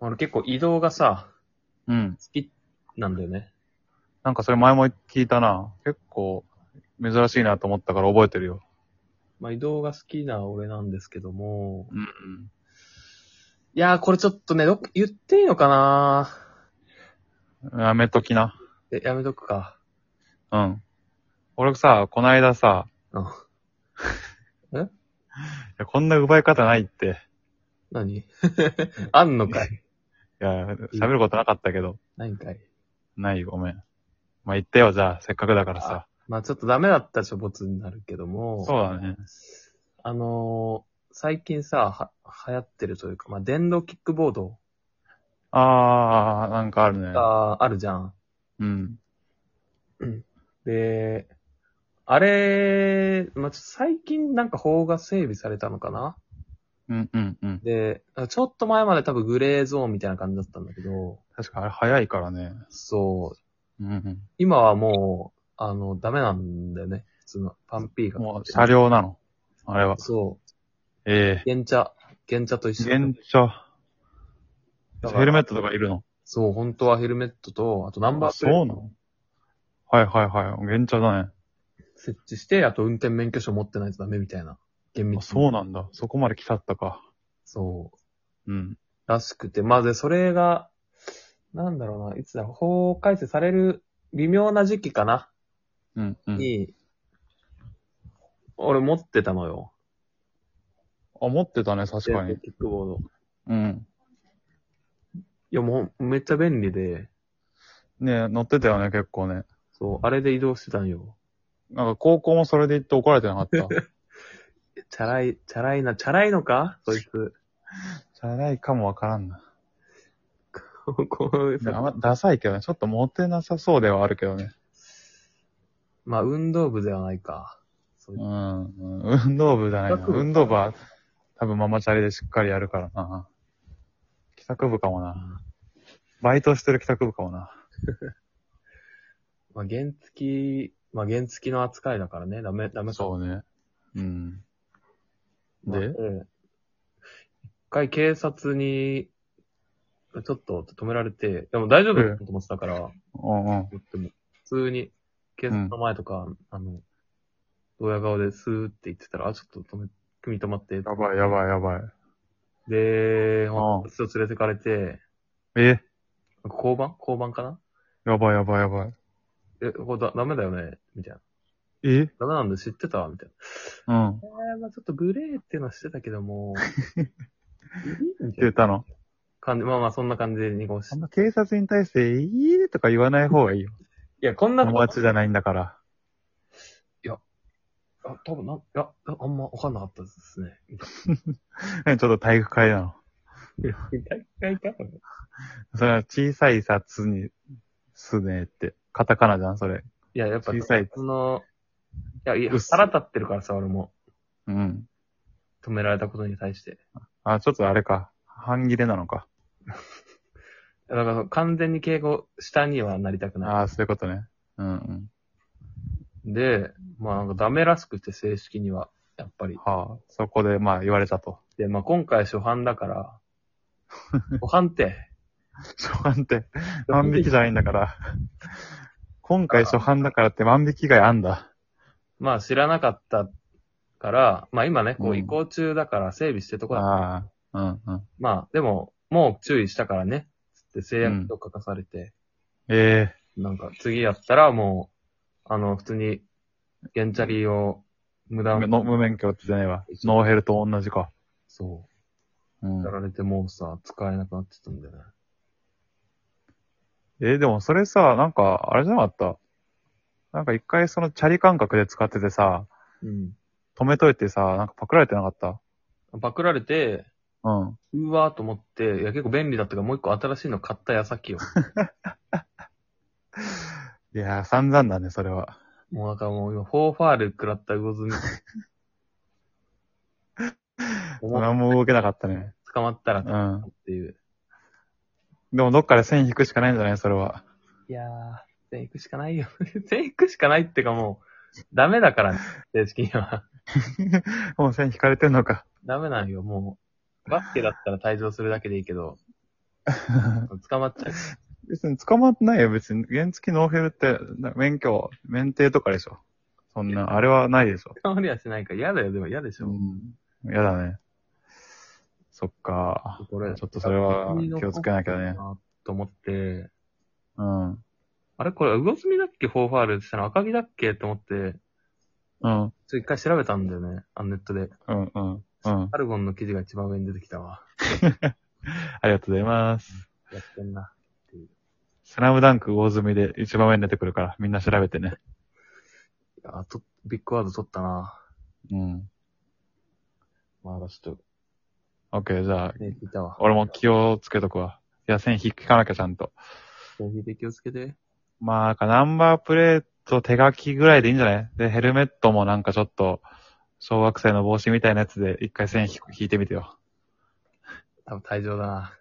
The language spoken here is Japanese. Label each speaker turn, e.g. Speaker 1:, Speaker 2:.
Speaker 1: 俺結構移動がさ、
Speaker 2: うん。
Speaker 1: 好きなんだよね。
Speaker 2: なんかそれ前も聞いたな。結構、珍しいなと思ったから覚えてるよ。
Speaker 1: まあ移動が好きな俺なんですけども。
Speaker 2: うん、
Speaker 1: いやーこれちょっとね、どっ言っていいのかな
Speaker 2: うん。やめときな。
Speaker 1: えやめとくか。
Speaker 2: うん。俺さ、こないださ、
Speaker 1: うん。
Speaker 2: いやこんな奪い方ないって。い
Speaker 1: 何 あんのかい
Speaker 2: や、喋ることなかったけど。
Speaker 1: ないんかい
Speaker 2: ない、ごめん。まあ、言ってよ、じゃあ、せっかくだからさ。
Speaker 1: まあちょっとダメだったらちょぼつになるけども。
Speaker 2: そうだね。
Speaker 1: あのー最近さ、は、流行ってるというか、まあ電動キックボード
Speaker 2: あー、なんかあるね。
Speaker 1: があるじゃん。
Speaker 2: うん。
Speaker 1: で、あれ、まあ、ちょっと最近なんか法が整備されたのかな
Speaker 2: うん、うん、うん。
Speaker 1: で、ちょっと前まで多分グレーゾーンみたいな感じだったんだけど、
Speaker 2: 確かあれ早いからね。
Speaker 1: そう、
Speaker 2: うん、
Speaker 1: 今はもう、あの、ダメなんだよね。普通のパンピー
Speaker 2: う
Speaker 1: が。
Speaker 2: ん。もう、車両なの。あれは。
Speaker 1: そ
Speaker 2: え
Speaker 1: う、原茶、原茶と
Speaker 2: え
Speaker 1: 一緒
Speaker 2: ー。現車。
Speaker 1: だから
Speaker 2: ヘルメットとかいるの
Speaker 1: そう、本当はヘルメットと、あとナンバ
Speaker 2: あ
Speaker 1: ープ
Speaker 2: そう
Speaker 1: レー
Speaker 2: な
Speaker 1: ト
Speaker 2: のはいはいはい。現茶だね。
Speaker 1: 設置して、あと運転免許証持ってないとダメみたいな。厳密
Speaker 2: あ
Speaker 1: に
Speaker 2: そうなんだ。そこまで来たったか。
Speaker 1: そう。
Speaker 2: うん。
Speaker 1: らしくて、まずそれが、なんだろうな、いつだ、法改正される微妙な時期かな、
Speaker 2: うん、うん。
Speaker 1: に、俺持ってたのよ。
Speaker 2: あ、持ってたね、確か
Speaker 1: 電
Speaker 2: に
Speaker 1: 動。キックボード。い
Speaker 2: うん。
Speaker 1: や、もう、めっちゃ便利で、
Speaker 2: ねえ乗ってたよね、結構ね。
Speaker 1: そう、あれで移動してたんよ。
Speaker 2: なんか高校もそれで行って怒られてなか った。
Speaker 1: チャラい、チャラいな、チャラいのかそいつ。
Speaker 2: チャラいかもわからんな。
Speaker 1: こう
Speaker 2: あん
Speaker 1: さ
Speaker 2: まダサいけどね、ちょっとモテなさそうではあるけどね。
Speaker 1: まあ、運動部ではないか。そう
Speaker 2: うん。うん運動部じゃないな。
Speaker 1: 帰宅部
Speaker 2: 運動部は多分ママチャリでしっかりやるからな。帰宅部かもな。バイトしてる帰宅部かもな。
Speaker 1: まあ、原付き、まあ、原付きの扱いだからね、ダメ、ダメう。
Speaker 2: そうね。うん。
Speaker 1: まあ
Speaker 2: で
Speaker 1: ええ一回警察に、ちょっと止められて、でも大丈夫だと思ってたから、
Speaker 2: うんうん。
Speaker 1: 思っても普通に警察の前とか、あの、ドヤ顔でスーって言ってたら、あ、ちょっと止め、組み止まって、
Speaker 2: やばいやばいやばい。
Speaker 1: で、
Speaker 2: ああ
Speaker 1: 私を連れてかれて、
Speaker 2: え
Speaker 1: 交番交番かな
Speaker 2: やばいやばいやばい。
Speaker 1: え、これだ、ダメだよねみたいな。
Speaker 2: え
Speaker 1: ダメなんで知ってたみたい
Speaker 2: うん。
Speaker 1: な。えー、まあちょっとグレーっていうのはしてたけど も、いいみたい
Speaker 2: 言
Speaker 1: な
Speaker 2: ったの。
Speaker 1: 感じ、まあまあそんな感じにこうし
Speaker 2: あんま警察に対して、いいねとか言わない方がいいよ。
Speaker 1: いや、こんな
Speaker 2: 友達じゃないんだから。
Speaker 1: あ、多分な、いや、ああんまわかんなかったですね。
Speaker 2: ねちょっと体育会なの。
Speaker 1: 大会か
Speaker 2: それは小さいさ、つに、すねって。カタカナじゃん、それ。
Speaker 1: いや、やっぱ、
Speaker 2: 小さい
Speaker 1: その、いや、いや
Speaker 2: うっす
Speaker 1: 腹立ってるからさ、俺も。
Speaker 2: うん。
Speaker 1: 止められたことに対して。い
Speaker 2: あ、ちょっとあれか。半切れなのか。
Speaker 1: やだから、完全に敬語下にはなりたくない。
Speaker 2: ああ、そういうことね。うんうん。
Speaker 1: で、まあなんかダメらしくて、正式には。やっぱり。
Speaker 2: はあ、そこで、まあ、言われたと。
Speaker 1: で、まあ今回初版だから、初版って、
Speaker 2: 初版って、万引きじゃないんだ から。今回初版だからって万引き以外あんだ。
Speaker 1: まあ知らなかったから、まあ今ね、こ
Speaker 2: う
Speaker 1: うん移行中だから整備してるとこだった
Speaker 2: ああ、うんうん。
Speaker 1: まあでも、もう注意したからね、つって制約と書かされて、
Speaker 2: ええ
Speaker 1: なんか次やったらもう、あの、普通に、ゲンチャリを無断、
Speaker 2: の無免許ってじゃねえわ。ノーヘルと同じか。
Speaker 1: そ
Speaker 2: うん
Speaker 1: う、や。られてもうさ、使えなくなってたんだよね。
Speaker 2: えーでもそれさ、なんか、あれじゃなかったなんか一回そのチャリ感覚で使っててさ、止めといてさ、なんかパクられてなかった
Speaker 1: うん。パクられて、
Speaker 2: うん。
Speaker 1: うわーと思って、いや結構便利だったからもう一個新しいの買った矢 先よ。
Speaker 2: いやー、散々だね、それは。
Speaker 1: もうなんかもう今、フォーファール食らった 魚住もう
Speaker 2: 何も動けなかったね。
Speaker 1: 捕まったら
Speaker 2: う
Speaker 1: っ
Speaker 2: ん。
Speaker 1: ていう。
Speaker 2: でもどっかで線引くしかないんじゃないそれは。
Speaker 1: いやー、全行くしかないよ。 全行くしかないってかもう、ダメだからね、正式には。
Speaker 2: も う線引かれてんのか。
Speaker 1: ダメなんよ、もう。バスケだったら退場するだけでいいけど、捕まっちゃう。
Speaker 2: 別に捕まってないよ、別に。原付ノーヘルって、な免許、免停とかでしょ。そんな、あれはないでしょ。
Speaker 1: 捕まりはしないから嫌だよ、でも嫌でしょ。
Speaker 2: うん。やだね。そっか。
Speaker 1: これ
Speaker 2: ちょっとそれは気をつけなきゃね。
Speaker 1: なと思って、
Speaker 2: うん。うん。
Speaker 1: あれこれ、魚住だっけフォーファールしたの赤木だっけと思って、
Speaker 2: うん。
Speaker 1: ちょ、一回調べたんだよね。あのネットで。
Speaker 2: うん。うん。
Speaker 1: アルゴンの記事が一番上に出てきたわ。
Speaker 2: ありがとうございます。
Speaker 1: やってんな。
Speaker 2: スラムダンク魚住で一番上に出てくるから、みんな調べてね。
Speaker 1: いやあと、ビッグワード取ったな。
Speaker 2: うん。
Speaker 1: まだちょっ
Speaker 2: オッケー、じゃあ
Speaker 1: と、、ね、聞いたわ。
Speaker 2: 俺も気をつけとくわ。いや、線引かなきゃちゃんと。
Speaker 1: 引いて気をつけて。
Speaker 2: まあ、なんかナンバープレート手書きぐらいでいいんじゃないで、ヘルメットもなんかちょっと、小学生の帽子みたいなやつで一回線引く引いてみてよ。
Speaker 1: 多分退場だな。